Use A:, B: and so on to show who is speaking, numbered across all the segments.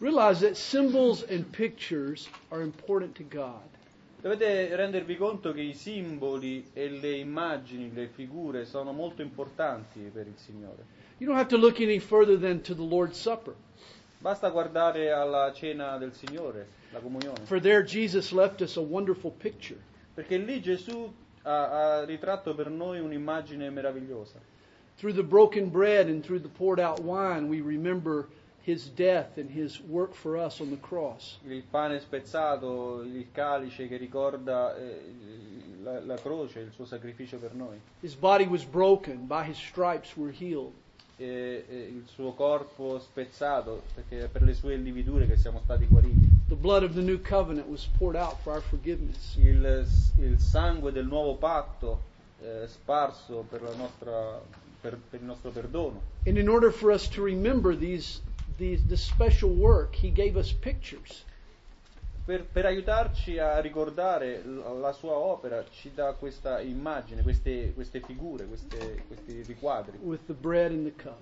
A: Realize that symbols and pictures are important to God.
B: Dovete rendervi conto che i simboli e le immagini, le figure sono molto importanti per il Signore.
A: You don't have to look any further than to the Lord's Supper.
B: Basta guardare alla cena del Signore, la comunione,
A: For there, Jesus left us a wonderful picture.
B: perché lì Gesù ha, ha ritratto per noi un'immagine meravigliosa.
A: Through the broken bread and through the poured out wine, we remember his death and his work for us on the cross.
B: Il pane spezzato, il calice che ricorda eh, la, la croce, il suo sacrificio per noi.
A: His body was broken, by his stripes we're healed.
B: E, e il suo corpo spezzato, perché è per le sue lividure che siamo stati guariti.
A: The blood of the new covenant was poured out for our forgiveness.
B: Il, il sangue del nuovo patto eh, sparso per, la nostra- per- per il nostro perdono.
A: And in order for us to remember these, these this special work, he gave us pictures.
B: Per, per aiutarci a ricordare l- la sua opera ci dà questa immagine, queste, queste figure, queste- questi riquadri,
A: with the bread and the cup.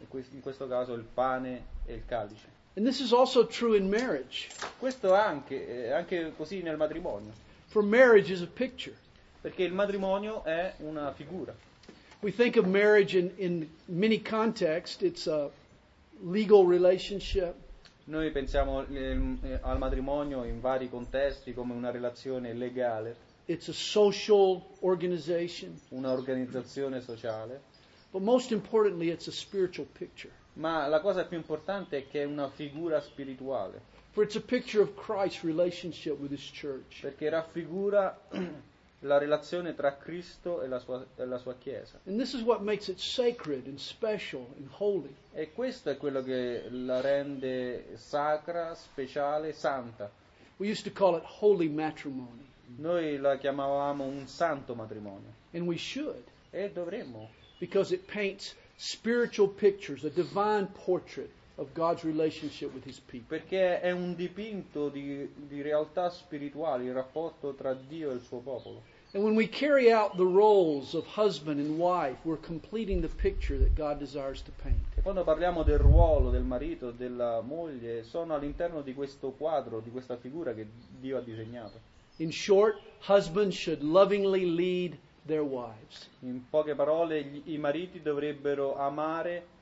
B: E quest- in questo caso il pane e il calice.
A: And this is also true in marriage,
B: Questo anche, eh, anche così nel matrimonio,
A: for marriage is a picture.
B: perché il matrimonio è una figura.
A: We think of marriage in, in many contexts. It's a legal relationship,
B: Noi pensiamo eh, eh, al matrimonio in vari contesti come una relazione legale,
A: it's a social organization,
B: un'organizzazione sociale,
A: but most importantly, it's a spiritual picture.
B: ma la cosa più importante è che è una figura spirituale.
A: For it's a picture of Christ's relationship with his church.
B: perché raffigura la relazione tra Cristo e la sua, e la sua Chiesa.
A: And this is what makes it sacred and special and holy.
B: E questo è quello che la rende sacra, speciale, santa.
A: We used to call it holy matrimony,
B: Noi la chiamavamo un santo matrimonio
A: and we should.
B: e dovremmo,
A: because it paints spiritual pictures, a divine portrait of God's relationship with his people.
B: perché è un dipinto di, di realtà spirituali, il rapporto tra Dio e il suo popolo.
A: And when we carry out the roles of husband and wife, we're completing the picture that God desires to paint.
B: E quando parliamo del ruolo del marito, della moglie, sono all'interno di questo quadro, di questa figura che Dio ha disegnato.
A: In short, husbands should lovingly lead their wives.
B: In poche parole, gli- i mariti dovrebbero amare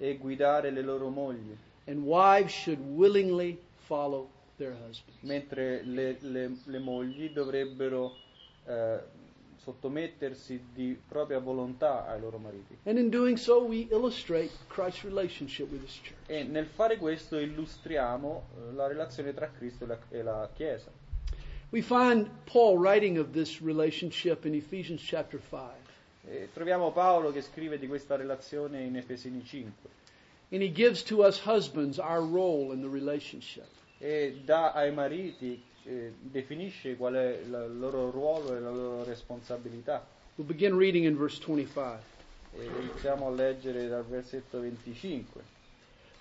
B: e guidare le loro mogli,
A: And wives should willingly follow their husband.
B: mentre le, le- le mogli dovrebbero eh, sottomettersi di propria volontà ai loro mariti.
A: And in doing so, we illustrate Christ's relationship with his church.
B: E nel fare questo illustriamo eh, la relazione tra Cristo e la, e la Chiesa.
A: We find Paul writing of this relationship in Ephesians chapter 5.
B: E troviamo Paolo che scrive di questa relazione in Efesini 5
A: And he gives to us husbands our role in the relationship.
B: e dà ai mariti, eh, definisce qual è il loro ruolo e la loro responsabilità.
A: We'll begin reading in verse 25.
B: E iniziamo a leggere dal versetto 25.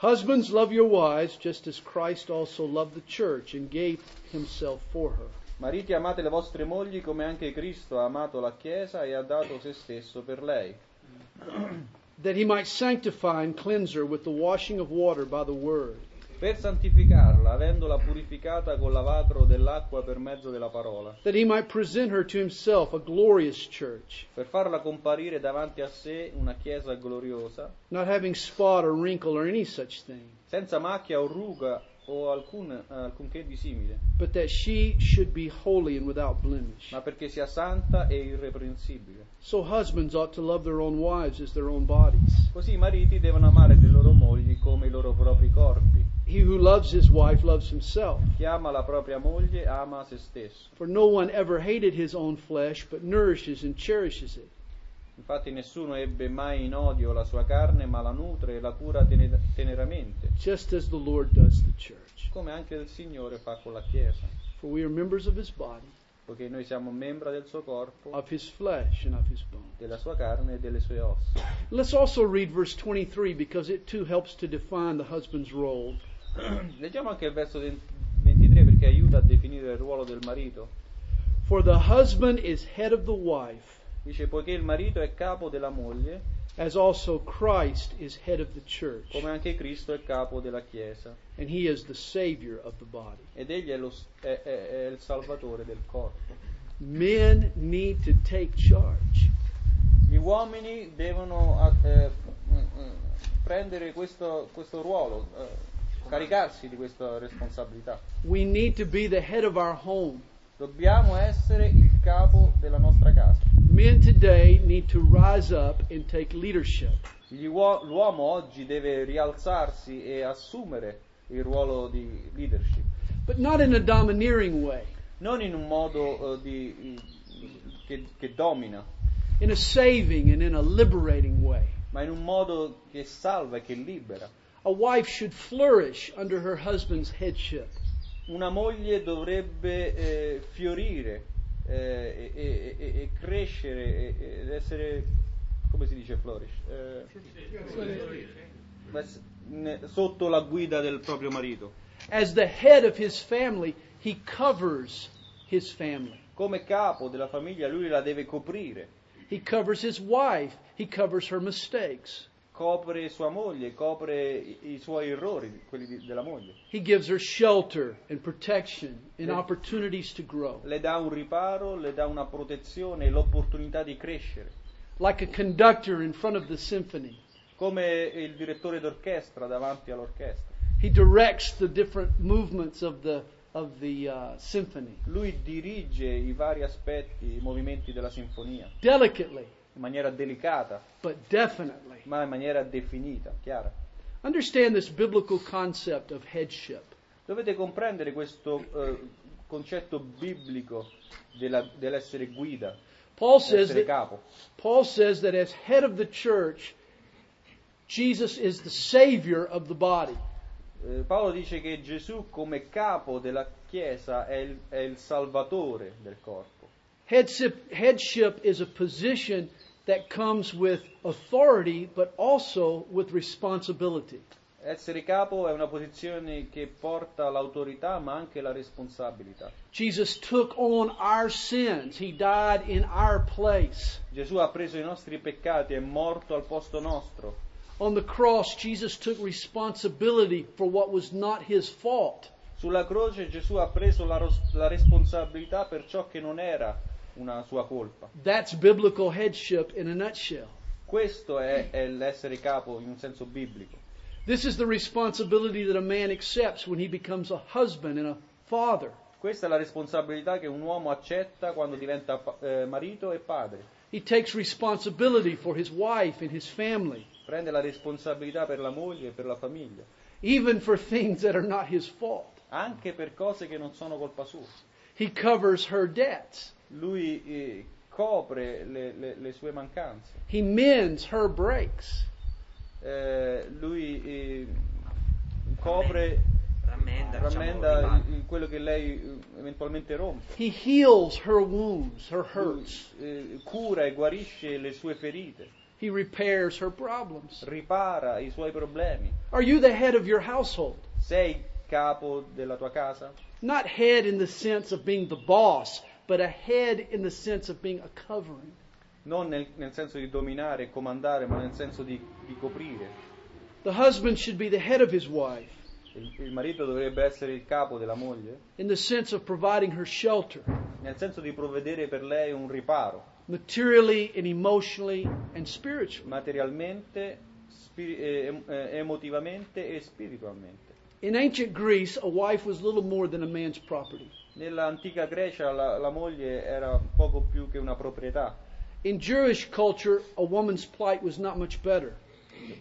A: Husbands, love your wives, just as Christ also loved the church and gave himself for her.
B: Mariti, amate le vostre mogli come anche Cristo ha amato la Chiesa e ha dato se stesso per lei,
A: That he might sanctify and cleanse her with the washing of water by the word,
B: per santificarla, avendola purificata col lavatro dell'acqua per mezzo della parola,
A: that he might present her to himself a glorious church,
B: per farla comparire davanti a sé una Chiesa gloriosa,
A: not having spot or wrinkle or any such thing,
B: senza macchia o ruga o alcun, alcunché di simile,
A: but that she should be holy and without blemish.
B: ma perché sia santa e irreprensibile.
A: So husbands ought to love their own wives as their own bodies.
B: Così i mariti devono amare le loro mogli come i loro propri corpi.
A: He who loves his wife loves himself.
B: Chi ama la propria moglie ama se stesso.
A: For no one ever hated his own flesh, but nourishes and cherishes it,
B: Infatti nessuno ebbe mai in odio la sua carne, ma la nutre e la cura tene- teneramente,
A: just as the Lord does the church.
B: come anche il Signore fa con la Chiesa,
A: For we are members of his body,
B: poiché noi siamo membra del suo corpo,
A: of his flesh, and of his bone.
B: della sua carne e delle sue ossa.
A: Let's also read verse 23 because it too helps to define the husband's role.
B: Leggiamo anche il verso 23 perché aiuta a definire il ruolo del marito.
A: For the husband is head of the wife,
B: Dice poiché il marito è capo della moglie,
A: as also Christ is head of the church,
B: come anche Cristo è capo della Chiesa,
A: and he is the Savior of the body.
B: ed egli è, lo s- è- è- è il salvatore del corpo.
A: Men need to take charge.
B: Gli uomini devono eh, mm, mm, prendere questo, questo ruolo, eh, caricarsi di questa responsabilità.
A: We need to be the head of our home.
B: Dobbiamo essere il capo della nostra casa.
A: Men today need to rise up and take leadership.
B: Gli uo- l'uomo oggi deve rialzarsi e assumere il ruolo di leadership,
A: but not in a domineering way,
B: non in un modo eh, di- che- che domina,
A: in a saving and in a liberating way.
B: ma in un modo che salva e che libera.
A: A wife should flourish under her husband's headship.
B: Una moglie dovrebbe eh, fiorire eh, e, e- e- e crescere e- e- ed essere, come si dice, flourish? Eh, ma s- ne- sotto la guida del proprio marito.
A: As the head of his family, he covers his family.
B: Come capo della famiglia lui la deve coprire,
A: He covers his wife. He covers her mistakes.
B: copre sua moglie, copre i, i suoi errori, quelli di- della moglie.
A: He gives her shelter and protection and opportunities to grow.
B: Le dà un riparo, le dà una protezione e l'opportunità di crescere.
A: Like a conductor in front of the symphony,
B: Come il direttore d'orchestra davanti all'orchestra.
A: he directs the different movements of the, of the uh, symphony
B: Lui dirige i vari aspetti, i movimenti della sinfonia
A: delicately,
B: in maniera delicata,
A: but definitely.
B: ma in maniera definita, chiara.
A: Understand this biblical concept of headship.
B: Dovete comprendere questo eh, concetto biblico della- dell'essere guida,
A: Paul says
B: dell'essere
A: that
B: capo.
A: Paul says that as head of the church, Jesus is the savior of the body.
B: Eh, Paolo dice che Gesù come capo della Chiesa è il, è il salvatore del corpo.
A: Headship, headship is a position that comes with authority, but also with responsibility.
B: Essere capo è una posizione che porta l'autorità ma anche la responsabilità.
A: Jesus took on our sins. He died in our place.
B: Gesù ha preso i nostri peccati, è morto al posto nostro.
A: On the cross, Jesus took responsibility for what was not his fault.
B: Sulla croce Gesù ha preso la, ros- la responsabilità per ciò che non era una sua colpa.
A: That's biblical headship in a nutshell.
B: Questo è, è l'essere capo in un senso biblico.
A: This is the responsibility that a man accepts when he becomes a husband and a father.
B: Questa è la responsabilità che un uomo accetta quando diventa pa- eh, marito e padre.
A: He takes responsibility for his wife and his family,
B: Prende la responsabilità per la moglie e per la famiglia,
A: even for things that are not his fault.
B: anche per cose che non sono colpa sua.
A: He covers her debts.
B: Lui eh, copre le, le- le sue mancanze,
A: He mends her breaks.
B: Eh, lui eh, copre,
C: rammenda, diciamo,
B: rammenda
C: rimane.
B: il- quello che lei eh, eventualmente rompe.
A: He heals her wounds, her
B: Lui,
A: hurts.
B: eh, cura e guarisce le sue ferite,
A: He repairs her problems.
B: ripara i suoi problemi.
A: Are you the head of your household?
B: Sei capo della tua casa?
A: Not head in the sense of being the boss, but a head in the sense of being a covering.
B: Non nel, nel senso di dominare e comandare, ma nel senso di, di coprire.
A: The husband should be the head of his wife.
B: Il, il marito dovrebbe essere il capo della moglie,
A: in the sense of providing her shelter,
B: nel senso di provvedere per lei un riparo,
A: materially and emotionally and spiritually.
B: materialmente, spiri- eh, eh, emotivamente e spiritualmente.
A: In ancient Greece, a wife was little more than a man's property.
B: Nell'antica Grecia la- la moglie era poco più che una proprietà
A: In Jewish culture, a woman's plight was not much better.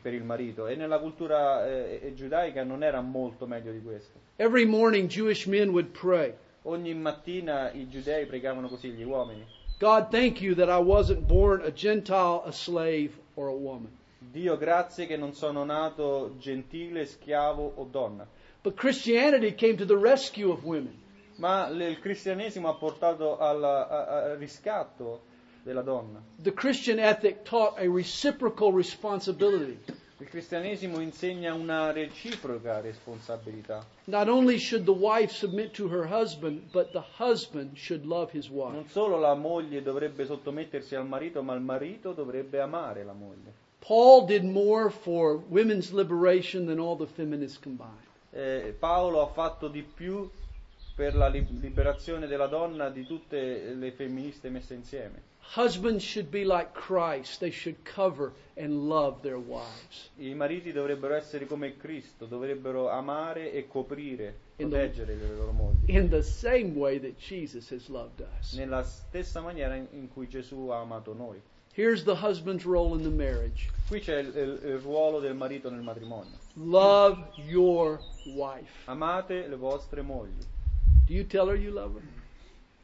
B: per il marito e nella cultura eh, eh, giudaica non era molto meglio di questo.
A: Every morning, Jewish men would pray,
B: Ogni mattina i giudei pregavano così gli uomini.
A: God, thank you that I wasn't born a Gentile, a slave, or a woman.
B: Dio grazie che non sono nato gentile, schiavo o donna.
A: But Christianity came to the rescue of women.
B: Ma l- il cristianesimo ha portato al, a- al riscatto della donna.
A: The Christian ethic taught a reciprocal responsibility.
B: Il cristianesimo insegna una reciproca responsabilità.
A: Not only should the wife submit to her husband, but the husband should love his wife.
B: Non solo la moglie dovrebbe sottomettersi al marito, ma il marito dovrebbe amare la moglie.
A: Paul did more for women's liberation than all the feminists combined.
B: Eh, Paolo ha fatto di più per la li- liberazione della donna di tutte le femministe messe insieme.
A: Husbands should be like Christ. They should cover and love their wives.
B: I mariti dovrebbero essere come Cristo, dovrebbero amare e coprire,
A: In the-
B: proteggere le loro mogli,
A: in the same way that Jesus has loved us.
B: nella stessa maniera in- in cui Gesù ha amato noi.
A: Here's the husband's role in the marriage
B: Qui c'è il, il- il ruolo del marito nel matrimonio.
A: love your wife.
B: Amate le vostre mogli.
A: Do you tell her you love her?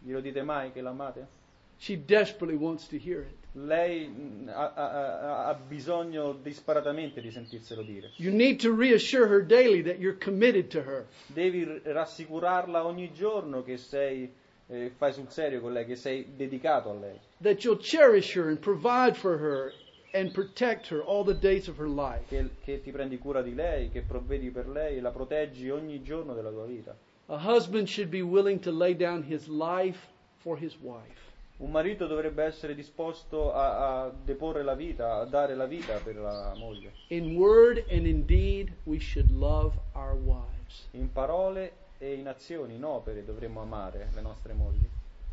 B: Glielo dite mai che l'amate?
A: She desperately wants to hear it.
B: Lei mh, ha, ha- ha bisogno disparatamente di sentirselo dire.
A: You need to reassure her daily that you're committed to her.
B: Devi r- rassicurarla ogni giorno che sei, eh, fai sul serio con lei, che sei dedicato a lei.
A: that you'll cherish her and provide for her and protect her all the days of her life.
B: che, che ti prendi cura di lei, che provvedi per lei, la proteggi ogni giorno della tua vita.
A: A husband should be willing to lay down his life for his wife.
B: Un marito dovrebbe essere disposto a, a deporre la vita, a dare la vita per la moglie,
A: In word and in deed, we should love our wives.
B: in parole e in azioni, in opere dovremmo amare le nostre mogli.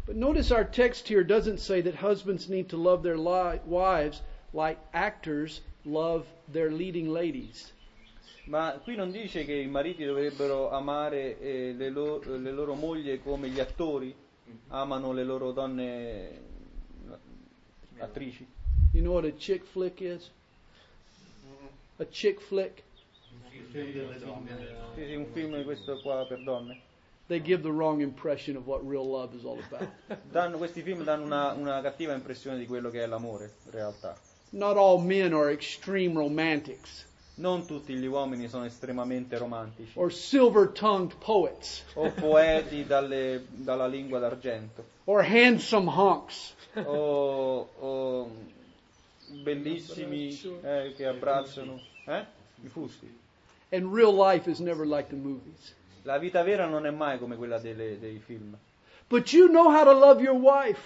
A: But notice our text here doesn't say that husbands need to love their li- wives like actors love their leading ladies.
B: Ma qui non dice che i mariti dovrebbero amare eh, le, lo- le loro mogli come gli attori amano le loro donne eh, attrici.
A: You know what a chick flick is? A chick flick?
B: Sì, sì, un film di questo qua per donne.
A: They give the wrong impression of what real love is all about.
B: Danno- questi film danno una, una cattiva impressione di quello che è l'amore, in realtà.
A: Not all men are extreme romantics
B: Non tutti gli uomini sono estremamente romantici
A: or silver tongued poets
B: o poeti dalle- dalla lingua d'argento
A: or handsome honks.
B: o, o bellissimi eh, che abbracciano eh? i fusti.
A: And real life is never like the movies.
B: La vita vera non è mai come quella delle- dei film.
A: But you know how to love your wife.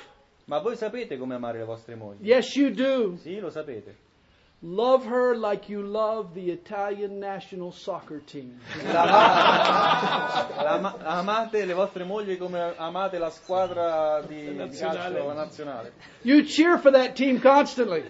B: Ma voi sapete come amare le vostre mogli?
A: Yes, you do.
B: Sì, lo sapete.
A: Love her like you love the Italian national soccer team.
B: La- ma- amate le vostre mogli come amate la squadra di, di calcio nazionale.
A: You cheer for that team constantly.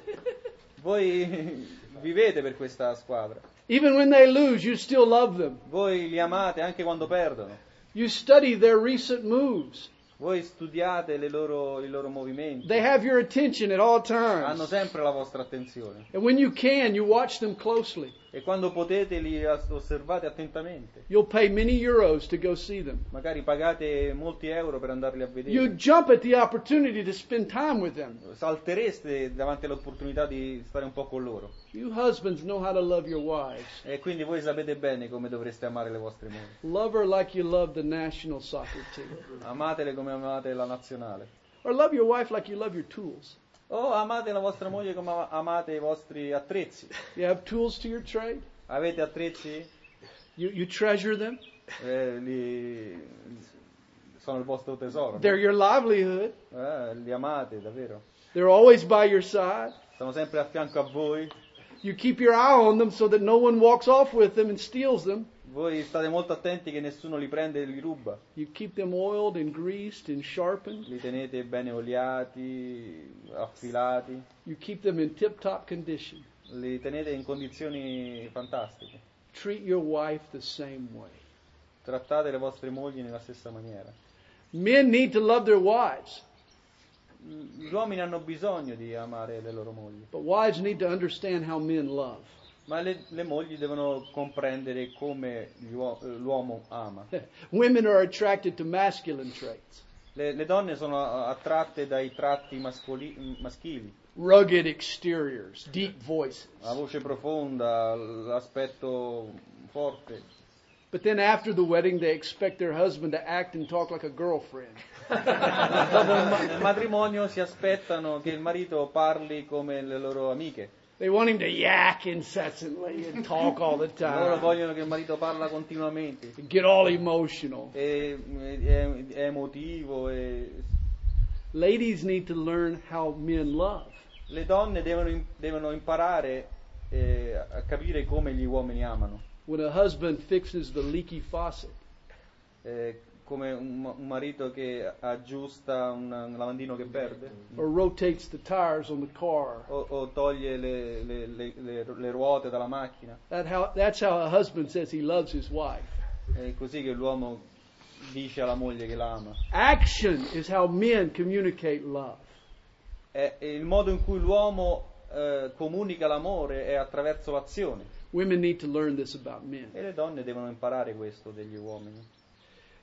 B: Voi vivete per questa squadra,
A: Even when they lose, you still love them.
B: voi li amate anche quando perdono,
A: You study their recent moves.
B: voi studiate le loro, i loro movimenti,
A: They have your attention at all
B: hanno
A: times.
B: sempre la vostra attenzione
A: And when you can, you watch them closely.
B: e quando potete li as- osservate attentamente,
A: You'll pay many euros to go see them.
B: magari pagate molti euro per andarli a
A: You
B: vedere,
A: jump at the opportunity to spend time with them.
B: saltereste davanti all'opportunità di stare un po' con loro
A: You husbands know how to love your wives.
B: e quindi voi sapete bene come dovreste amare le vostre mogli,
A: Love her like you love the national soccer team.
B: amatele come amate la nazionale.
A: Or love your wife like you love your tools.
B: O amate la vostra moglie come ama- amate i vostri attrezzi.
A: You have tools to your trade.
B: Avete attrezzi?
A: You, you treasure them.
B: Eh, li- sono il vostro tesoro. no?
A: They're your livelihood.
B: Eh, li amate davvero.
A: They're always by your side.
B: Sono sempre a fianco a voi.
A: You keep your eye on them so that no one walks off with them and steals them.
B: Voi state molto attenti che nessuno li prende e li ruba.
A: You keep them oiled and greased and sharpened.
B: Li tenete bene oliati, affilati.
A: You keep them in tip top condition.
B: Li tenete in condizioni fantastiche.
A: Treat your wife the same way.
B: Trattate le vostre mogli nella stessa maniera.
A: Men need to love their wives,
B: Gli uomini hanno bisogno di amare le loro mogli,
A: but wives need to understand how men love.
B: ma le, le mogli devono comprendere come gli uo- l'uomo ama.
A: Women are attracted to masculine traits
B: Le, le donne sono attratte dai tratti mascoli- maschili,
A: rugged exteriors, deep voices.
B: la voce profonda, l'aspetto forte,
A: But then after the wedding, they expect their husband to act and talk like a girlfriend.
B: Ma dopo il, ma- il matrimonio si aspettano che il marito parli come le loro amiche.
A: They want him to yak incessantly and talk all the
B: Loro
A: time,
B: vogliono che il marito parla continuamente,
A: and get all emotional.
B: è, è- è emotivo. e-
A: Ladies need to learn how men love.
B: Le donne devono, im- devono imparare eh, a capire come gli uomini amano,
A: When a husband fixes the leaky faucet,
B: eh, come un, ma- un marito che aggiusta un, un lavandino che perde.
A: or rotates the tires on the car,
B: O, o toglie le, le- le- le- le ruote dalla macchina.
A: that how, that's how a husband says he loves his wife.
B: È così che l'uomo dice alla moglie che la ama.
A: Action is how men communicate love.
B: È- è il modo in cui l'uomo eh, comunica l'amore è attraverso l'azione.
A: Women need to learn this about men.
B: E le donne devono imparare questo degli uomini.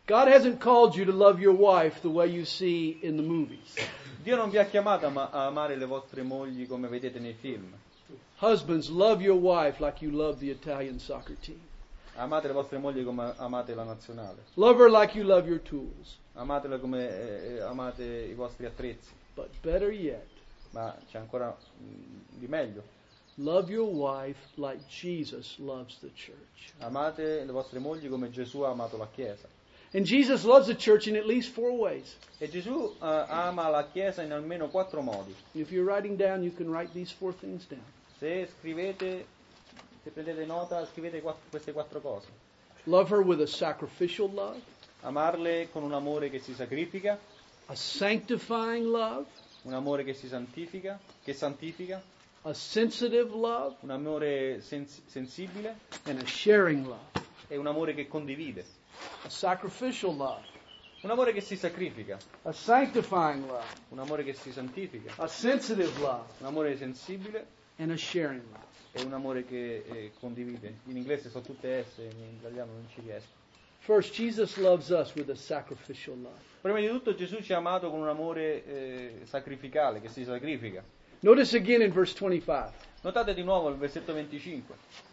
A: God hasn't called you to love your wife the way you see in the movies.
B: Dio non vi ha chiamato a, ma- a amare le vostre mogli come vedete nei film.
A: Husbands, love your wife like you love the Italian soccer team.
B: Amate le vostre mogli come amate la nazionale.
A: Love her like you love your tools.
B: Amatele come eh, eh, amate i vostri attrezzi.
A: But better yet,
B: Ma c'è ancora mm, di meglio.
A: love your wife like Jesus loves the church.
B: Amate le vostre mogli come Gesù ha amato la Chiesa.
A: And Jesus loves the church in at least four ways.
B: E Gesù eh, ama la Chiesa in almeno quattro modi.
A: If you're writing down, you can write these four things down.
B: Se scrivete, se prendete nota, scrivete quatt- queste quattro cose.
A: Love her with a sacrificial love,
B: Amarle con un amore che si sacrifica,
A: a sanctifying love,
B: un amore che si santifica, che santifica,
A: a sensitive love,
B: un amore sens- sensibile
A: and a sharing love.
B: e un amore che condivide.
A: A sacrificial love,
B: Un amore che si sacrifica,
A: a sanctifying love,
B: un amore che si santifica,
A: a sensitive love,
B: un amore sensibile
A: and a sharing love.
B: e un amore che eh, condivide. In inglese sono tutte S, in italiano non ci riesco.
A: First, Jesus loves us with a sacrificial love.
B: Prima di tutto Gesù ci ha amato con un amore eh, sacrificale, che si sacrifica.
A: Notice again in verse 25.
B: Notate di nuovo il versetto 25.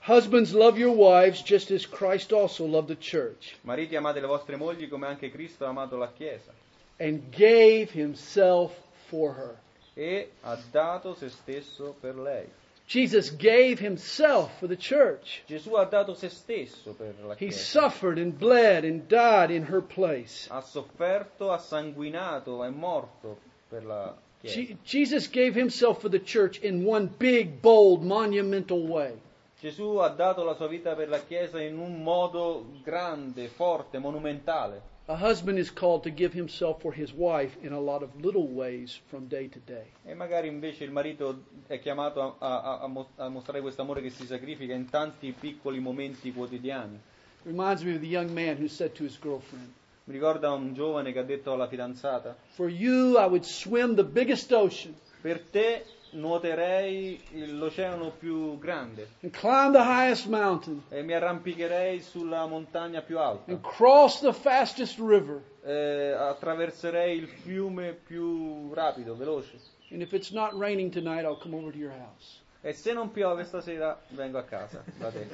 A: Husbands, love your wives just as Christ also loved the church
B: Mariti amate le vostre mogli come anche Cristo ha amato la Chiesa
A: and gave himself for her.
B: e ha dato se stesso per lei.
A: Jesus gave himself for the church.
B: Gesù ha dato se stesso per la
A: He
B: Chiesa.
A: suffered and bled and died in her place.
B: Ha sofferto, ha sanguinato, è morto per la Chiesa.
A: Je- Jesus gave himself for the church in one big, bold, monumental way.
B: Gesù ha dato la sua vita per la Chiesa in un modo grande, forte, monumentale.
A: A husband is called to give himself for his wife in a lot of little ways from day to day.
B: E magari invece il marito è chiamato a, a- a mos- a mostrare questo amore che si sacrifica in tanti piccoli momenti quotidiani.
A: Reminds me of the young man who said to his girlfriend,
B: Mi ricorda un giovane che ha detto alla fidanzata,
A: For you, I would swim the biggest ocean
B: per te nuoterei il- l'oceano più grande
A: and climb the highest mountain
B: e mi arrampicherei sulla montagna più alta,
A: and cross the fastest river.
B: eh, attraverserei il fiume più rapido, veloce.
A: And if it's not raining tonight, I'll come over to your house.
B: E se non piove stasera vengo a casa da te.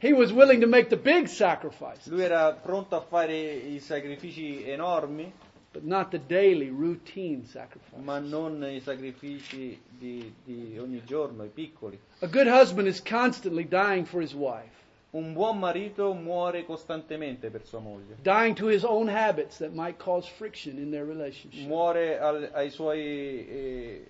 A: He was willing to make the big sacrifice,
B: Lui era pronto a fare i sacrifici enormi
A: but not the daily routine sacrifice.
B: ma non i sacrifici di, di ogni giorno, i piccoli.
A: A good husband is constantly dying for his wife,
B: Un buon marito muore costantemente per sua moglie,
A: dying to his own habits that might cause friction in their relationship.
B: muore al- ai suoi, eh,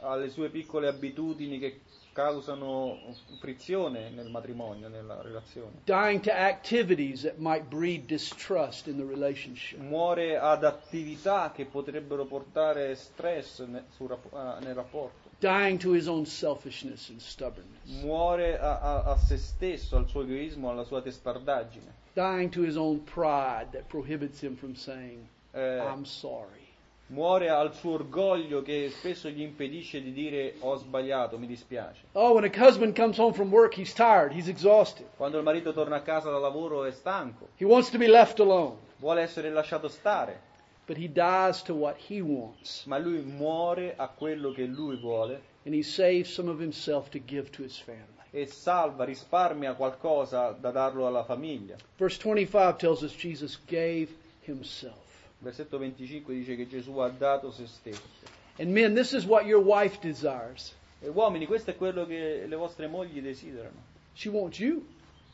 B: alle sue piccole abitudini che causano frizione nel matrimonio, nella relazione.
A: dying to activities that might breed distrust in the relationship.
B: Muore ad attività che potrebbero portare stress ne- sul rap- ah, nel rapporto.
A: Dying to his own selfishness and stubbornness.
B: Muore a- a- a se stesso, al suo egoismo, alla sua testardaggine.
A: Dying to his own pride that prohibits him from saying,
B: Eh,
A: I'm sorry.
B: Muore al suo orgoglio che spesso gli impedisce di dire ho sbagliato, mi dispiace.
A: Oh, when a husband comes home from work, he's tired, he's exhausted.
B: Quando il marito torna a casa dal lavoro è stanco,
A: He wants to be left alone,
B: vuole essere lasciato stare,
A: but he dies to what he wants,
B: ma lui muore a quello che lui vuole
A: and he saves some of himself to give to his family.
B: e salva, risparmia qualcosa da darlo alla famiglia.
A: Verse 25 tells us Jesus gave himself.
B: Versetto 25 dice che Gesù ha dato se stesso.
A: And men, this is what your wife desires.
B: E uomini, questo è quello che le vostre mogli desiderano.
A: She wants you.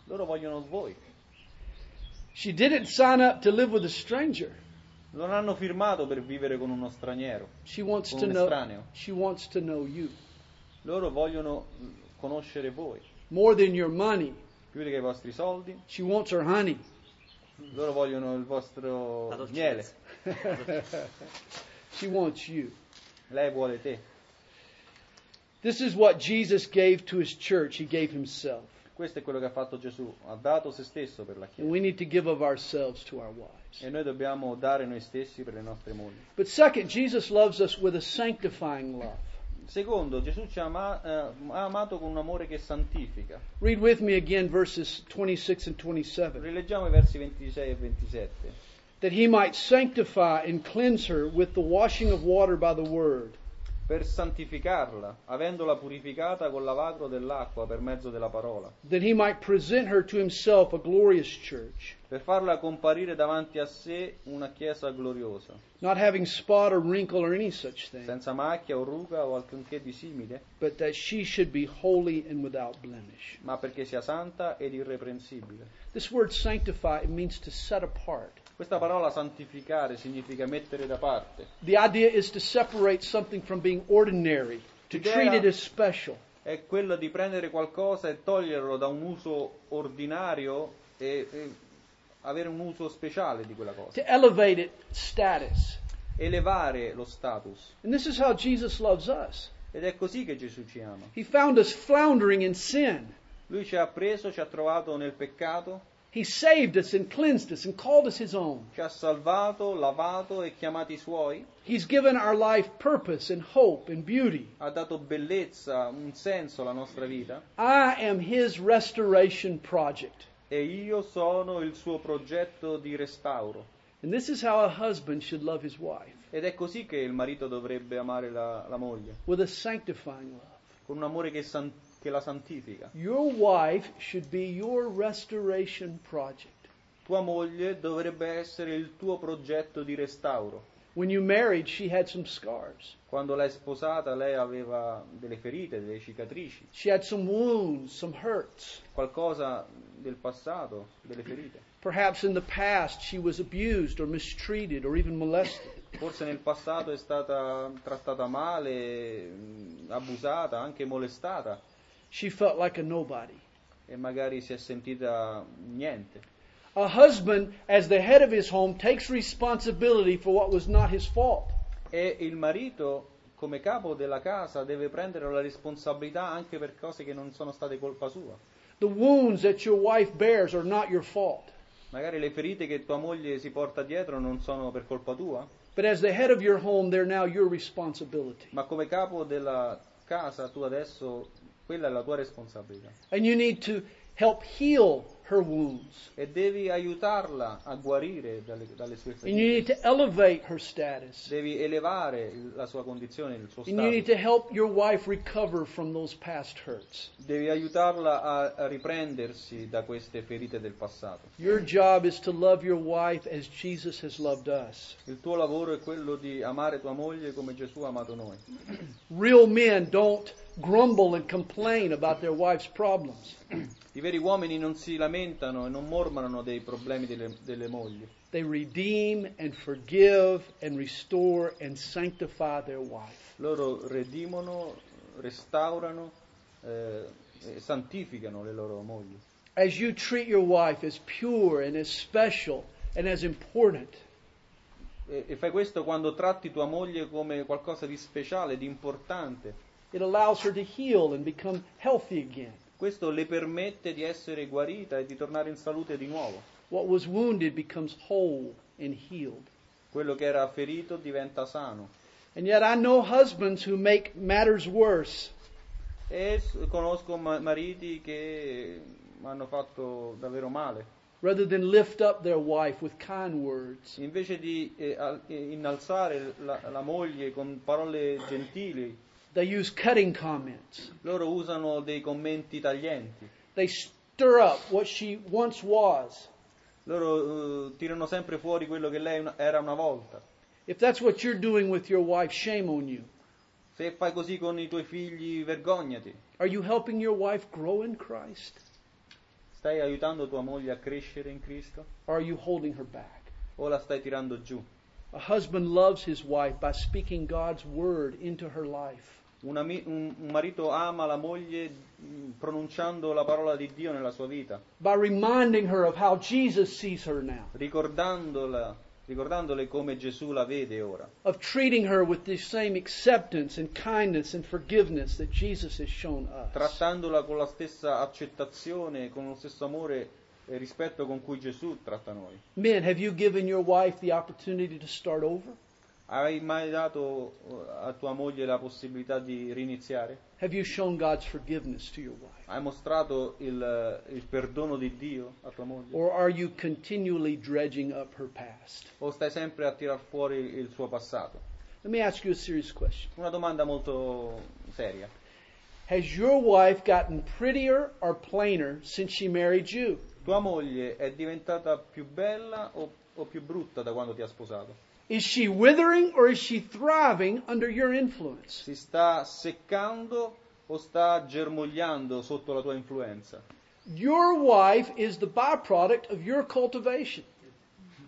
B: Loro vogliono voi.
A: She didn't sign up to live with a stranger.
B: Non hanno firmato per vivere con uno straniero,
A: She wants
B: con
A: to
B: un
A: know
B: estraneo.
A: she wants to know you
B: Loro vogliono mm, conoscere voi,
A: more than your money.
B: più che i vostri soldi.
A: She wants her honey.
B: Loro vogliono il vostro
C: La dolcezza.
B: miele.
A: She wants you.
B: Lei vuole te.
A: This is what Jesus gave to his church. He gave himself.
B: Questo è quello che ha fatto Gesù. Ha dato se stesso per la
A: And
B: Chiesa.
A: we need to give of ourselves to our wives.
B: E noi dobbiamo dare noi stessi per le nostre mogli.
A: But second, Jesus loves us with a sanctifying love.
B: Secondo, Gesù ci ha, ama- eh, ha amato con un amore che santifica.
A: Read with me again verses 26 and 27.
B: Rileggiamo i versi 26 e 27.
A: That he might sanctify and cleanse her with the washing of water by the word,
B: Per santificarla, avendola purificata col lavacro dell'acqua per mezzo della parola,
A: that he might present her to himself a glorious church,
B: per farla comparire davanti a sé una chiesa gloriosa,
A: not having spot or wrinkle or any such thing,
B: senza macchia o ruga o alcunché di simile,
A: but that she should be holy and without blemish.
B: ma perché sia santa ed irreprensibile.
A: This word sanctify it means to set apart.
B: Questa parola santificare significa mettere da parte.
A: The idea is to separate something from being ordinary, to
B: Yeah.
A: treat it as special.
B: È quello di prendere qualcosa e toglierlo da un uso ordinario e, e avere un uso speciale di quella cosa.
A: to elevate it status.
B: Elevare lo status.
A: And this is how Jesus loves us.
B: Ed è così che Gesù ci ama.
A: He found us floundering in sin.
B: Lui ci ha preso, ci ha trovato nel peccato,
A: He saved us and cleansed us and called us his own.
B: ci ha salvato, lavato e chiamati suoi,
A: He's given our life purpose and hope and beauty.
B: ha dato bellezza, un senso alla nostra vita
A: I am his restoration project.
B: e io sono il suo progetto di restauro.
A: And this is how a husband should love his wife
B: Ed è così che il marito dovrebbe amare la, la moglie,
A: with a sanctifying love.
B: con un amore che, san- che la santifica.
A: Your wife should be your restoration project.
B: Tua moglie dovrebbe essere il tuo progetto di restauro.
A: When you married, she had some scars.
B: Quando l'hai sposata lei aveva delle ferite, delle cicatrici,
A: She had some wounds, some hurts.
B: qualcosa del passato, delle ferite.
A: Perhaps in the past she was abused or mistreated or even molested.
B: Forse nel passato è stata trattata male, mh, abusata, anche molestata
A: She felt like a nobody.
B: e magari si è sentita niente.
A: A husband, as the head of his home, takes responsibility for what was not his fault.
B: E il marito, come capo della casa, deve prendere la responsabilità anche per cose che non sono state colpa sua.
A: The wounds that your wife bears are not your fault.
B: Magari le ferite che tua moglie si porta dietro non sono per colpa tua,
A: But as the head of your home, they're now your responsibility.
B: ma come capo della casa tu adesso quella è la tua responsabilità
A: And you need to help heal her wounds.
B: e devi aiutarla a guarire dalle, dalle sue
A: And you
B: ferite.
A: need to elevate her status.
B: Devi elevare il- la sua condizione, il suo
A: And you need
B: stato.
A: to help your wife recover from those past hurts.
B: Devi aiutarla a, a riprendersi da queste ferite del passato.
A: Your job is to love your wife as Jesus has loved us.
B: Il tuo lavoro è quello di amare tua moglie come Gesù ha amato noi.
A: Real men don't grumble and complain about their wife's problems.
B: I veri uomini non si lamentano e non mormorano dei problemi delle, delle mogli.
A: They redeem and forgive and restore and sanctify their wife.
B: Loro redimono, restaurano, eh, e santificano le loro mogli.
A: As you treat your wife as pure and as special and as important,
B: E, e fai questo quando tratti tua moglie come qualcosa di speciale, di importante.
A: it allows her to heal and become healthy again.
B: Questo le permette di essere guarita e di tornare in salute di nuovo.
A: What was wounded becomes whole and healed.
B: Quello che era ferito diventa sano.
A: And yet I know husbands who make matters worse
B: E s- conosco ma- mariti che mi hanno fatto davvero male.
A: rather than lift up their wife with kind words.
B: Invece di eh, al- eh, innalzare la, la moglie con parole gentili,
A: They use cutting comments.
B: loro usano dei commenti taglienti.
A: They stir up what she once was.
B: Loro eh, tirano sempre fuori quello che lei una- era una volta.
A: If that's what you're doing with your wife, shame on you.
B: Se fai così con i tuoi figli, vergognati.
A: Are you helping your wife grow in Christ?
B: Stai aiutando tua moglie a crescere in Cristo
A: Or are you holding her back?
B: o la stai tirando giù?
A: A husband loves his wife by speaking God's word into her life.
B: Un, ami- un- un marito ama la moglie mh, pronunciando la parola di Dio nella sua vita,
A: by reminding her of how Jesus sees her now,
B: ricordandola, ricordandole come Gesù la vede ora,
A: of treating her with the same acceptance and kindness and forgiveness that Jesus has shown us.
B: trattandola con la stessa accettazione, con lo stesso amore e rispetto con cui Gesù tratta noi.
A: Men, have you given your wife the opportunity to start over?
B: Hai mai dato eh, a tua moglie la possibilità di riniziare?
A: Have you shown God's forgiveness to your wife?
B: Hai mostrato il, eh, il perdono di Dio a tua moglie?
A: Or are you continually dredging up her past?
B: O stai sempre a tirar fuori il suo passato?
A: Let me ask you a serious question.
B: Una domanda molto seria.
A: Has your wife gotten prettier or plainer since she married you?
B: Tua moglie è diventata più bella o, o più brutta da quando ti ha sposato?
A: Is she withering or is she thriving under your influence?
B: Si sta seccando o sta germogliando sotto la tua influenza?
A: Your wife is the byproduct of your cultivation.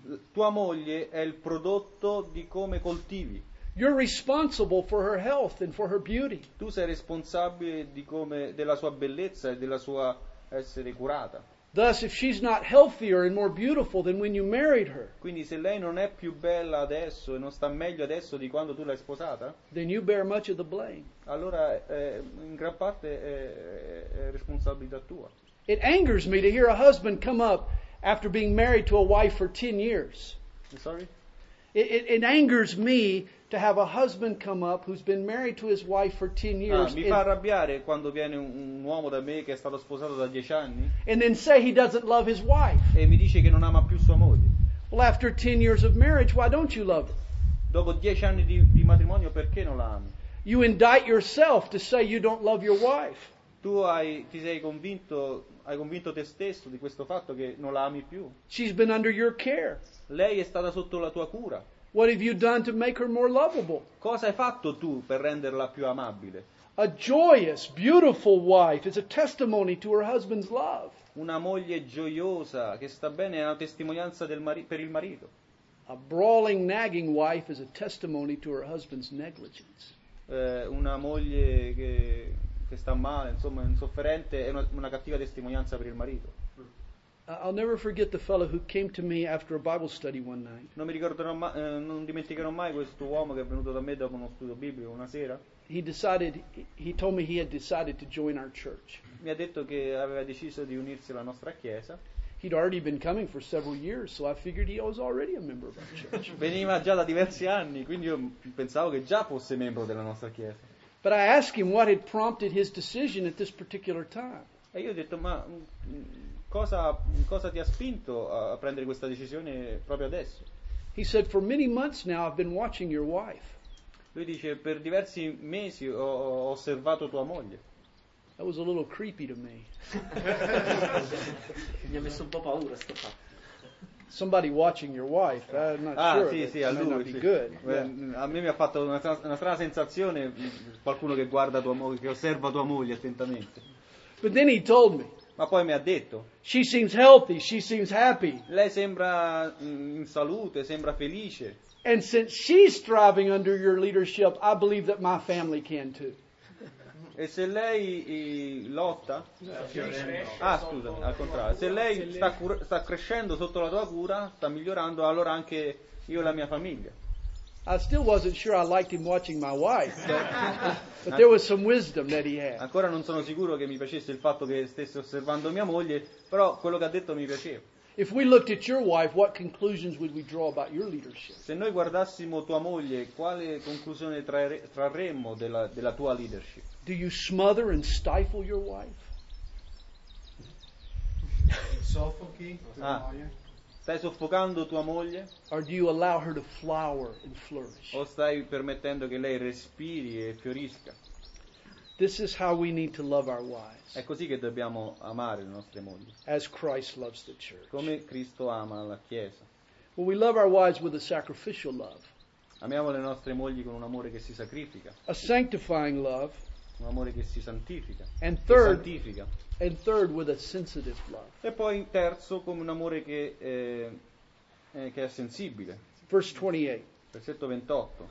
B: L- Tua moglie è il prodotto di come coltivi.
A: You're responsible for her health and for her beauty.
B: Tu sei responsabile di come- della sua bellezza e della sua essere curata.
A: Thus, if she's not healthier and more beautiful than when you married her,
B: Quindi se lei non è più bella adesso e non sta meglio adesso di quando tu l'hai sposata,
A: then you bear much of the blame.
B: allora eh, in gran parte è- è- è responsabilità tua.
A: It angers me to hear a husband come up after being married to a wife for 10 years.
B: Sorry?
A: It, it, it angers me to have a husband come up who's been married to his wife for 10
B: Ah,
A: years
B: mi
A: and-
B: fa arrabbiare quando viene un, un uomo da me che è stato sposato da dieci anni
A: and then say he doesn't love his wife.
B: e mi dice che non ama più sua moglie.
A: Well, after 10 years of marriage, why don't you love her?
B: Dopo dieci anni di, di matrimonio perché non la ami?
A: You indict yourself to say you don't love your wife.
B: Tu hai, ti sei convinto, hai convinto te stesso di questo fatto che non la ami più.
A: She's been under your care.
B: Lei è stata sotto la tua cura.
A: What have you done to make her more lovable?
B: Cosa hai fatto tu per renderla più amabile?
A: A joyous, beautiful wife is a testimony to her husband's love.
B: Una moglie gioiosa che sta bene è una testimonianza del mari- per il marito.
A: A brawling, nagging wife is a testimony to her husband's negligence.
B: Eh, una moglie che, che sta male, insomma, insofferente, è una- una cattiva testimonianza per il marito.
A: I- I'll never forget the fellow who came to me after a Bible study one night.
B: Non mi ricorderò mai, eh, non dimenticherò mai questo uomo che è venuto da me dopo uno studio biblico una sera.
A: He decided, he told me he had decided to join our church.
B: Mi ha detto che aveva deciso di unirsi alla nostra chiesa.
A: He'd already been coming for several years, so I figured he was already a member of our church.
B: Veniva già da diversi anni, quindi io pensavo che già fosse membro della nostra chiesa.
A: But I asked him what had prompted his decision at this particular time.
B: E io ho detto, ma mm, cosa, cosa ti ha spinto a a prendere questa decisione proprio adesso?
A: He said, For many months now, I've been watching your wife.
B: Lui dice, per diversi mesi ho, ho osservato tua moglie.
A: That was a little creepy to me.
C: Mi ha messo un po' paura sto fatto.
A: Somebody watching your wife. I'm not
B: Ah
A: sure.
B: sì
A: but
B: sì, a
A: it may
B: lui
A: not be
B: sì.
A: good.
B: Eh, A me mi ha fatto una, stra- una strana sensazione mm, qualcuno che guarda tua moglie, che osserva tua moglie attentamente.
A: But then he told me,
B: Ma poi mi ha detto,
A: She seems healthy. She seems happy.
B: lei sembra mm, in salute, sembra felice.
A: And since she's thriving under your leadership, I believe that my family can too.
B: E se lei eh, lotta? Ah, scusami, al contrario. Se lei sta, cur- sta crescendo sotto la tua cura, sta migliorando, allora anche io e la mia famiglia.
A: I still wasn't sure I liked him watching my wife, but, but there was some wisdom that he had.
B: Ancora non sono sicuro che mi piacesse il fatto che stesse osservando mia moglie, però quello che ha detto mi piaceva.
A: If we looked at your wife, what conclusions would we draw about your leadership?
B: Se noi guardassimo tua moglie, quale conclusione traere- trarremmo della, della tua leadership?
A: Do you smother and stifle your wife?
D: Soffochi
B: Ah.
D: la noia.
B: Stai soffocando tua moglie
A: Or do you allow her to flower and flourish?
B: o stai permettendo che lei respiri e fiorisca?
A: This is how we need to love our wives,
B: È così che dobbiamo amare le nostre mogli,
A: as Christ loves the church.
B: come Cristo ama la Chiesa.
A: Well, we love our wives with a sacrificial love.
B: Amiamo le nostre mogli con un amore che si sacrifica,
A: a sanctifying love,
B: un amore che si santifica,
A: and
B: che
A: third,
B: santifica.
A: and third with a sensitive love.
B: E poi in terzo come un amore che, eh, eh, che è sensibile.
A: Verse 28.
B: Versetto 28.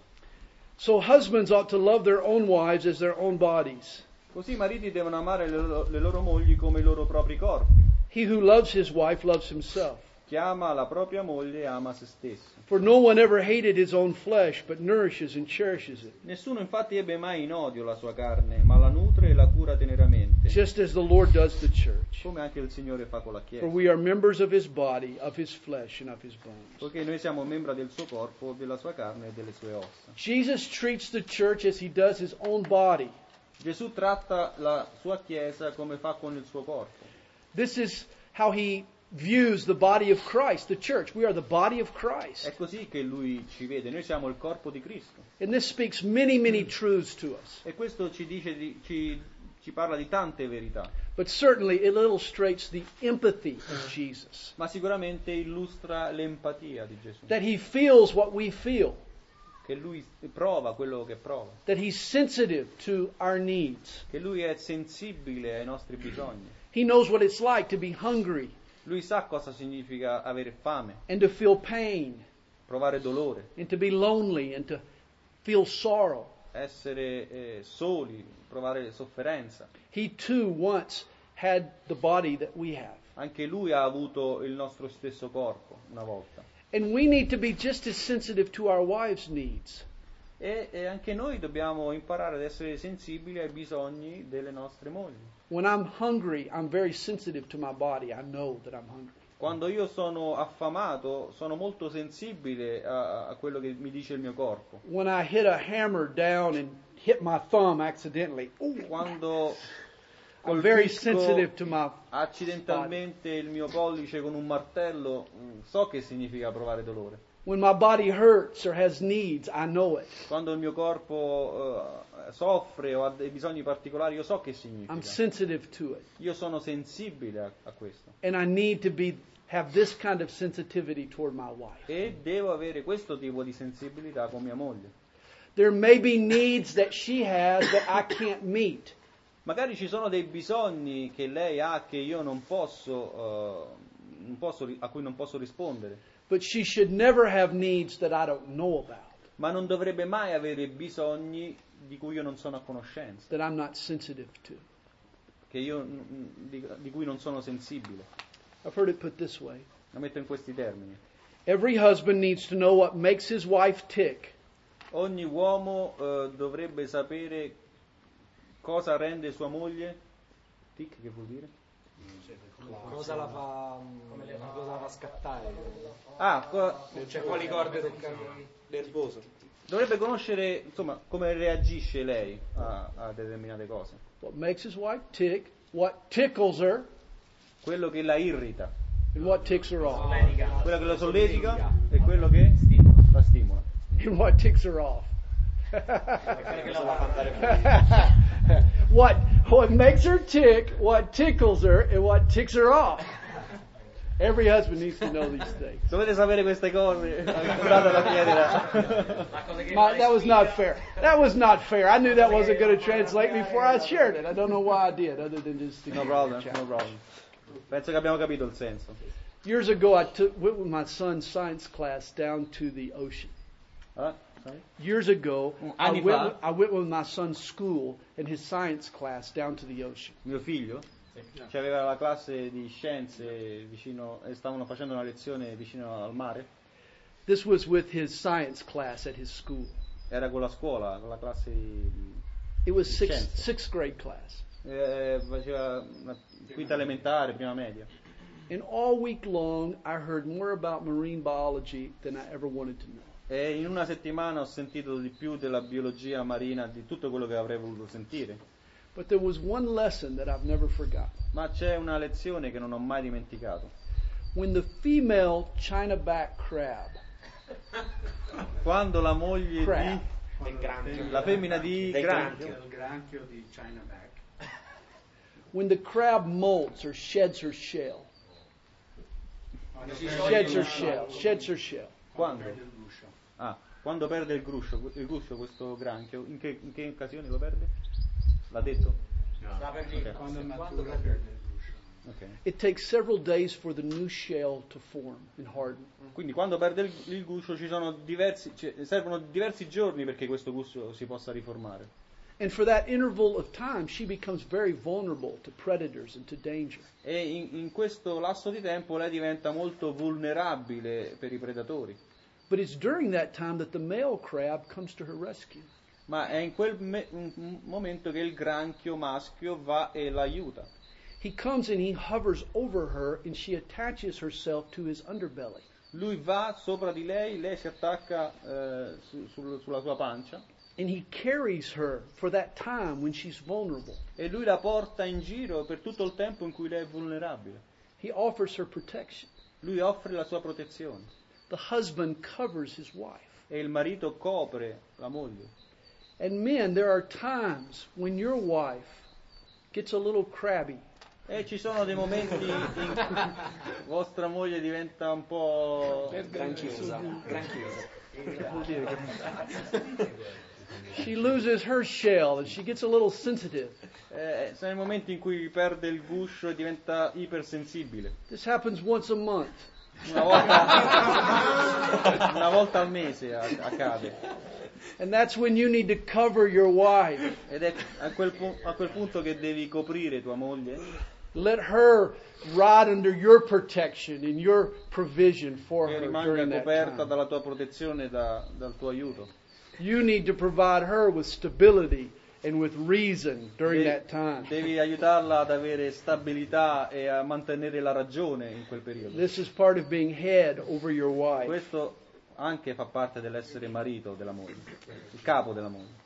A: So husbands ought to love their own wives as their own bodies.
B: Così i mariti devono amare le loro, le loro mogli come i loro propri corpi.
A: He who loves his wife loves himself.
B: Chi ama la propria moglie ama se stesso.
A: For no one ever hated his own flesh, but nourishes and cherishes it,
B: Nessuno infatti ebbe mai in odio la sua carne, ma la nutre e la cura teneramente,
A: just as the Lord does the church.
B: come anche il Signore fa con la
A: For
B: Chiesa.
A: we are members of his body, of his flesh, and of his bones.
B: Poiché noi siamo membra del suo corpo, della sua carne e delle sue ossa.
A: Jesus treats the church as he does his own body.
B: Gesù tratta la sua Chiesa come fa con il suo corpo.
A: This is how he views the body of Christ, the church. We are the body of Christ.
B: È così che lui ci vede, noi siamo il corpo di Cristo.
A: And this speaks many, many truths to us.
B: E questo ci, dice di- ci- ci parla di tante verità,
A: But certainly it illustrates the empathy of Jesus.
B: ma sicuramente illustra l'empatia di Gesù,
A: That he feels what we feel,
B: che lui prova quello che prova,
A: that he's sensitive to our needs.
B: che lui è sensibile ai nostri bisogni.
A: He knows what it's like to be hungry
B: Lui sa cosa significa avere fame,
A: and to feel pain
B: provare dolore,
A: and to be lonely and to feel sorrow.
B: essere eh, soli, provare sofferenza.
A: He too once had the body that we have.
B: Anche lui ha avuto il nostro stesso corpo una volta.
A: And we need to be just as sensitive to our wives' needs.
B: E, e anche noi dobbiamo imparare ad essere sensibili ai bisogni delle nostre mogli.
A: When I'm hungry, I'm very sensitive to my body. I know that I'm hungry.
B: Quando io sono affamato sono molto sensibile a, a quello che mi dice il mio corpo.
A: When I hit a hammer down and hit my thumb accidentally, ooh,
B: Quando
A: Oh. I'm very
B: colpisco
A: sensitive to my.
B: accidentalmente il mio pollice con un martello, mm, so che significa provare dolore.
A: When my body hurts or has needs, I know it.
B: Quando il mio corpo eh, soffre o ha dei bisogni particolari, io so che
A: I'm
B: significa.
A: sensitive to it,
B: Io sono sensibile a, a questo
A: and I need to be have this kind of sensitivity toward my wife.
B: e devo avere questo tipo di sensibilità con mia moglie.
A: There may be needs that she has that I can't meet,
B: Magari ci sono dei bisogni che lei ha che io non posso, eh, non posso ri- a cui non posso rispondere,
A: but she should never have needs that I don't know about,
B: ma non dovrebbe mai avere bisogni di cui io non sono a conoscenza,
A: that I'm not sensitive to.
B: che io, mm, di, di cui non sono sensibile.
A: I've heard it put this way.
B: La metto in questi termini.
A: Every husband needs to know what makes his wife tick
B: Ogni uomo eh, dovrebbe sapere cosa rende sua moglie. Tic che vuol dire?
E: Cosa la fa, mm, cosa la fa scattare?
B: Ah, co-
E: Cioè, quali corde toccare? Nervoso.
B: dovrebbe conoscere insomma come reagisce lei a- a determinate cose.
A: what makes his wife tick, what tickles her,
B: Quello che la irrita.
A: and what ticks her off.
B: quella che la solletica e quello che la stimola.
A: And what ticks her off.
E: Cosa la fa andare
A: what what makes her tick, what tickles her, and what ticks her off. Every husband needs to know these things.
B: Dovete sapere queste cose, curate la pietra.
A: My, that was not fair. That was not fair. I knew that wasn't going to translate before I shared it. I don't know why I did, other than just to
B: No
A: give
B: problem,
A: it a
B: no
A: chance.
B: problem. Penso che abbiamo capito il senso.
A: Years ago, I took went with my son's science class down to the ocean.
B: Ah, sai?
A: Years ago, I
B: Annie
A: went,
B: Bach.
A: with, I went with my son's school and his science class down to the ocean.
B: Mio figlio ci aveva la classe di scienze vicino e stavano facendo una lezione vicino al mare.
A: This was with his science class at his school.
B: Era con la scuola, con la classe di-
A: It was sixth,
B: Scienza.
A: sixth grade class.
B: eh, faceva una quinta elementare, prima media.
A: And all week long, I heard more about marine biology than I ever wanted to know.
B: E in una settimana ho sentito di più della biologia marina, di tutto quello che avrei voluto sentire.
A: But there was one lesson that I've never forgotten.
B: Ma c'è una lezione che non ho mai dimenticato.
A: When the female China back crab
B: Quando la moglie
A: Crap.
B: di
E: Del granchio.
B: la femmina di
E: Dei
B: granchio,
D: Il granchio di China Mac.
A: when the crab molts or sheds her shell,
D: Quando
A: sheds
D: perde
A: her
D: il-
A: shell, sheds her shell,
B: Quando?
D: quando perde il guscio.
B: Ah, Quando perde il gruscio, il guscio questo granchio, in che, in che occasione lo perde? L'ha detto?
E: Sta per dire,
D: Quando
E: se-
D: matura
E: quando-
D: perde il guscio.
B: Ok.
A: It takes several days for the new shell to form and harden.
B: Quindi quando perde il, il guscio ci sono diversi, ci- servono diversi giorni perché questo guscio si possa riformare.
A: And for that interval of time, she becomes very vulnerable to predators and to danger.
B: E in, in questo lasso di tempo lei diventa molto vulnerabile per i predatori.
A: But it's during that time that the male crab comes to her rescue.
B: Ma è in quel me- m- m- momento che il granchio maschio va e l'aiuta.
A: He comes and he hovers over her, and she attaches herself to his underbelly.
B: Lui va sopra di lei, lei si attacca eh, su- sul- sulla sua pancia
A: And he carries her for that time when she's vulnerable.
B: e lui la porta in giro per tutto il tempo in cui lei è vulnerabile.
A: He offers her protection.
B: Lui offre la sua protezione
A: The husband covers his wife.
B: e il marito copre la moglie.
A: And men, there are times when your wife gets a little crabby
B: E ci sono dei momenti in cui vostra moglie diventa un po'.
C: Certo. Granchiosa, granchiosa.
B: vuol dire che-
A: She loses her shell and she gets a little sensitive.
B: eh, sono i momenti in cui perde il guscio e diventa ipersensibile.
A: This happens once a month.
B: Una volta, una volta al mese a- accade.
A: And that's when you need to cover your wife.
B: Ed è a quel, pu- a quel punto che devi coprire tua moglie
A: Let her ride under your protection and your provision for
B: che
A: her
B: rimanga
A: during that
B: coperta
A: time.
B: dalla tua protezione, da- dal tuo aiuto.
A: You need to provide her with stability and with reason during
B: Devi,
A: that time.
B: devi aiutarla ad avere stabilità e a mantenere la ragione in quel periodo.
A: This is part of being head over your wife.
B: Questo anche fa parte dell'essere marito della moglie, il capo della moglie.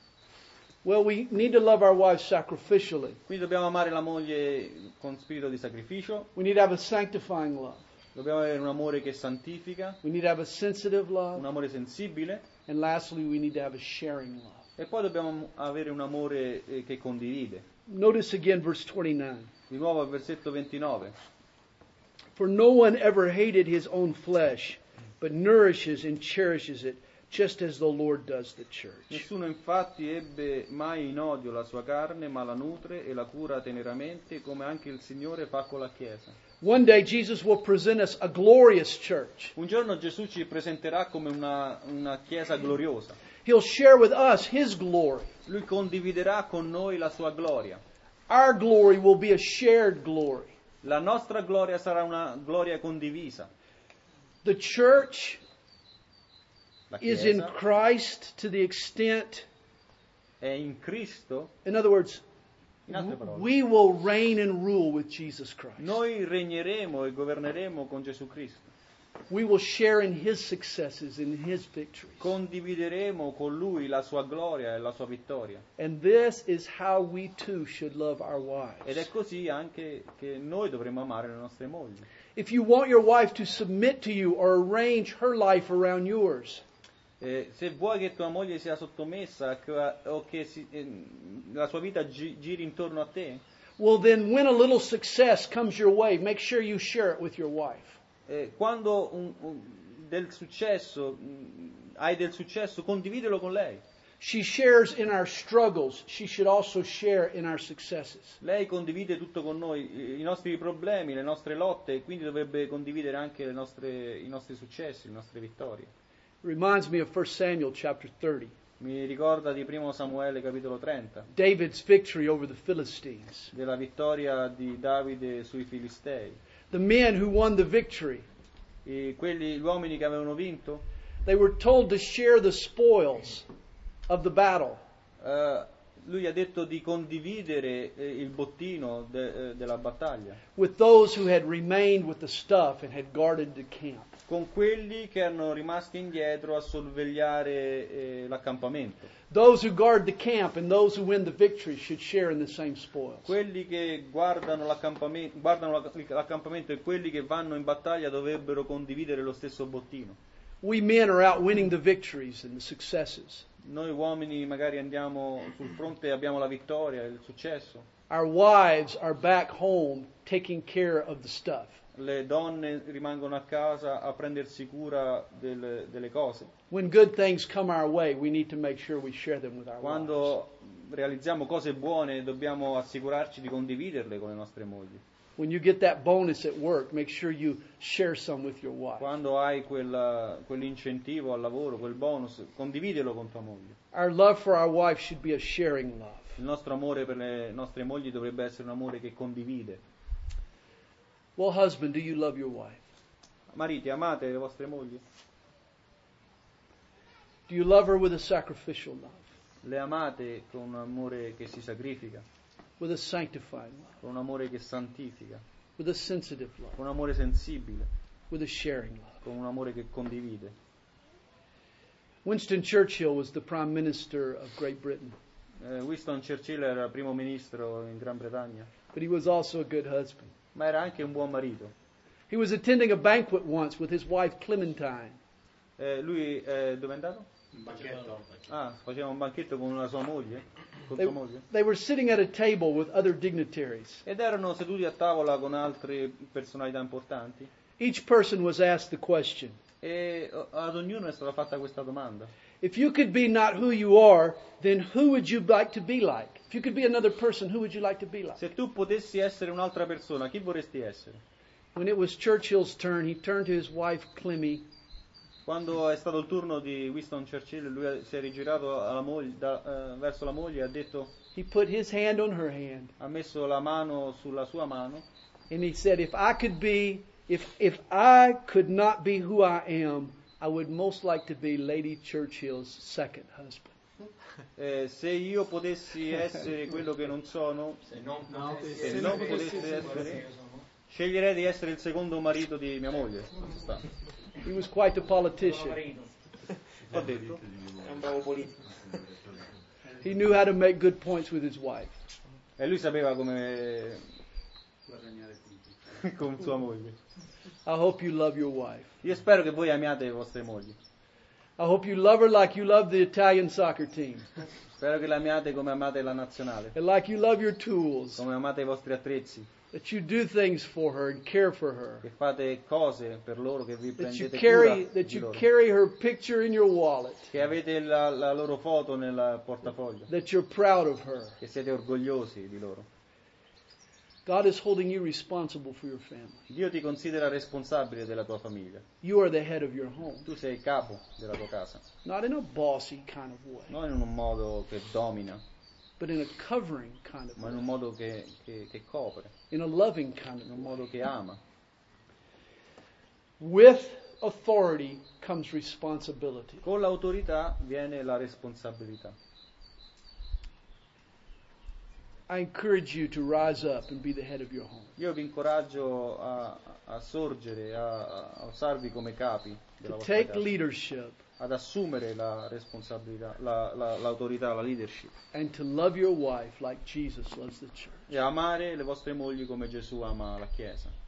A: Well, we need to love our wives sacrificially.
B: Quindi dobbiamo amare la moglie con spirito di sacrificio,
A: We need to have a sanctifying love.
B: dobbiamo avere un amore che santifica,
A: We need to have a sensitive
B: un
A: love.
B: amore sensibile
A: And lastly, we need to have a sharing love.
B: e poi dobbiamo avere un amore eh, che condivide.
A: Notice again verse 29.
B: Di nuovo al versetto 29.
A: For no one ever hated his own flesh, but nourishes and cherishes it, just as the Lord does the church.
B: Nessuno infatti ebbe mai in odio la sua carne, ma la nutre e la cura teneramente, come anche il Signore fa con la Chiesa.
A: One day Jesus will present us a glorious church.
B: Un giorno Gesù ci presenterà come una- una Chiesa gloriosa.
A: He'll share with us his glory.
B: Lui condividerà con noi la sua gloria.
A: Our glory will be a shared glory.
B: La nostra gloria sarà una gloria condivisa.
A: The church
B: La
A: is in
B: Chiesa
A: Christ to the extent,
B: è in Cristo.
A: in other words,
B: In altre parole,
A: we will reign and rule with Jesus Christ.
B: noi regneremo e governeremo con Gesù Cristo.
A: We will share in his successes and his victories.
B: Condivideremo con Lui la sua gloria e la sua vittoria.
A: And this is how we too should love our
B: Ed
A: wives.
B: è così anche che noi dovremmo amare le nostre mogli.
A: If you want your wife to submit to you or arrange her life around yours,
B: Eh, se vuoi che tua moglie sia sottomessa che- o che si- eh, la sua vita gi- giri intorno a te,
A: well, then when a little success comes your way, make sure you share it with your wife.
B: Eh, quando un- un- del successo, mh, hai del successo, condividelo con lei.
A: She shares in our struggles, she should also share in our successes.
B: Lei condivide tutto con noi, i i nostri problemi, le nostre lotte, e quindi dovrebbe condividere anche le nostre- i nostri successi, le nostre vittorie.
A: reminds me of 1 Samuel chapter 30,
B: Mi ricorda di primo Samuele capitolo 30,
A: David's victory over the Philistines.
B: della vittoria di Davide sui Filistei.
A: The men who won the victory,
B: E quelli, gli uomini che avevano vinto,
A: they were told to share the spoils of the battle.
B: eh, lui ha detto di condividere eh, il bottino de- eh, della battaglia.
A: with those who had remained with the stuff and had guarded the camp.
B: con quelli che erano rimasti indietro a sorvegliare eh, l'accampamento.
A: Those who guard the camp and those who win the victory should share in the same spoils.
B: Quelli che guardano, l'accampame- guardano la- l'accampamento e quelli che vanno in battaglia dovrebbero condividere lo stesso bottino.
A: We men are out winning the victories and the successes.
B: Noi uomini magari andiamo sul fronte e abbiamo la vittoria, il successo.
A: Our wives are back home taking care of the stuff.
B: le donne rimangono a casa a prendersi cura del- delle cose.
A: When good things come our way, we need to make sure we share them with our wives.
B: Quando realizziamo cose buone dobbiamo assicurarci di condividerle con le nostre mogli.
A: When you get that bonus at work, make sure you share some with your wife.
B: Quando hai quella- quell'incentivo al lavoro, quel bonus, condividilo con tua moglie.
A: Our love for our wife should be a sharing love.
B: Il nostro amore per le nostre mogli dovrebbe essere un amore che condivide.
A: Well, husband, do you love your wife?
B: Mariti, amate le vostre mogli?
A: Do you love her with a sacrificial love,
B: Le amate con un amore che si sacrifica,
A: with a sanctifying love,
B: con un amore che santifica,
A: with a sensitive love,
B: con un amore sensibile,
A: with a sharing love?
B: con un amore che condivide.
A: Winston Churchill was the Prime Minister of Great Britain,
B: Eh, Winston Churchill era primo ministro in Gran Bretagna,
A: but he was also a good husband.
B: ma era anche un buon marito.
A: He was attending a banquet once with his wife Clementine.
B: Eh, lui eh, dove è andato?
D: un banchetto.
B: Ah, faceva un banchetto con la sua moglie, con
A: They,
B: sua moglie.
A: they were sitting at a table with other dignitaries.
B: Ed erano seduti a tavola con altre personalità importanti
A: Each person was asked the question
B: e o- ad ognuno è stata fatta questa domanda.
A: If you could be not who you are, then who would you like to be like? If you could be another person, who would you like to be like?
B: Se tu potessi essere un'altra persona, chi vorresti essere?
A: When it was Churchill's turn, he turned to his wife Clemmy
B: Quando è stato il turno di Winston Churchill, lui si è rigirato alla moglie- da- eh, verso la moglie e ha detto,
A: He put his hand on her hand
B: ha messo la mano sulla sua mano
A: and he said, If I could be, if, if I could not be who I am, I would most like to be Lady Churchill's second husband.
B: Eh, se io potessi essere quello che non sono,
C: Se non
B: se
C: potessi
B: non potessi essere, sceglierei di essere il secondo marito di mia moglie. Questo sta.
A: He was quite a politician.
B: Ho detto.
C: è un bravo politico.
A: He knew how to make good points with his wife.
B: E lui sapeva come
D: Guadagnare punti.
B: con sua moglie.
A: I hope you love your wife.
B: Io spero che voi amiate le vostre mogli.
A: I hope you love her like you love the Italian soccer team,
B: Spero che la amiate come amate la nazionale,
A: and like you love your tools,
B: come amate i vostri attrezzi,
A: that you do things for her and care for her,
B: che fate cose per loro, che vi
A: that you
B: prendete
A: carry,
B: cura
A: that
B: di
A: you
B: loro,
A: carry her picture in your wallet,
B: che avete la, la loro foto nel portafoglio,
A: that you're proud of her.
B: che siete orgogliosi di loro.
A: God is holding you responsible for your family.
B: Dio ti considera responsabile della tua famiglia.
A: You are the head of your home,
B: Tu sei il capo della tua casa,
A: not in a bossy kind of way,
B: non in un modo che domina,
A: but in a covering kind of
B: ma in
A: way,
B: un modo che, che- che copre,
A: in a loving kind of
B: in un
A: way.
B: modo che ama.
A: With authority comes responsibility.
B: Con l'autorità viene la responsabilità.
A: I encourage you to rise up and be the head of your home,
B: Io vi incoraggio a, a sorgere, a, a usarvi come capi della
A: to
B: vostra
A: take
B: casa,
A: leadership
B: ad assumere la responsabilità, la- la- l'autorità, la leadership
A: and to love your wife like Jesus loves the church.
B: e amare le vostre mogli come Gesù ama la Chiesa.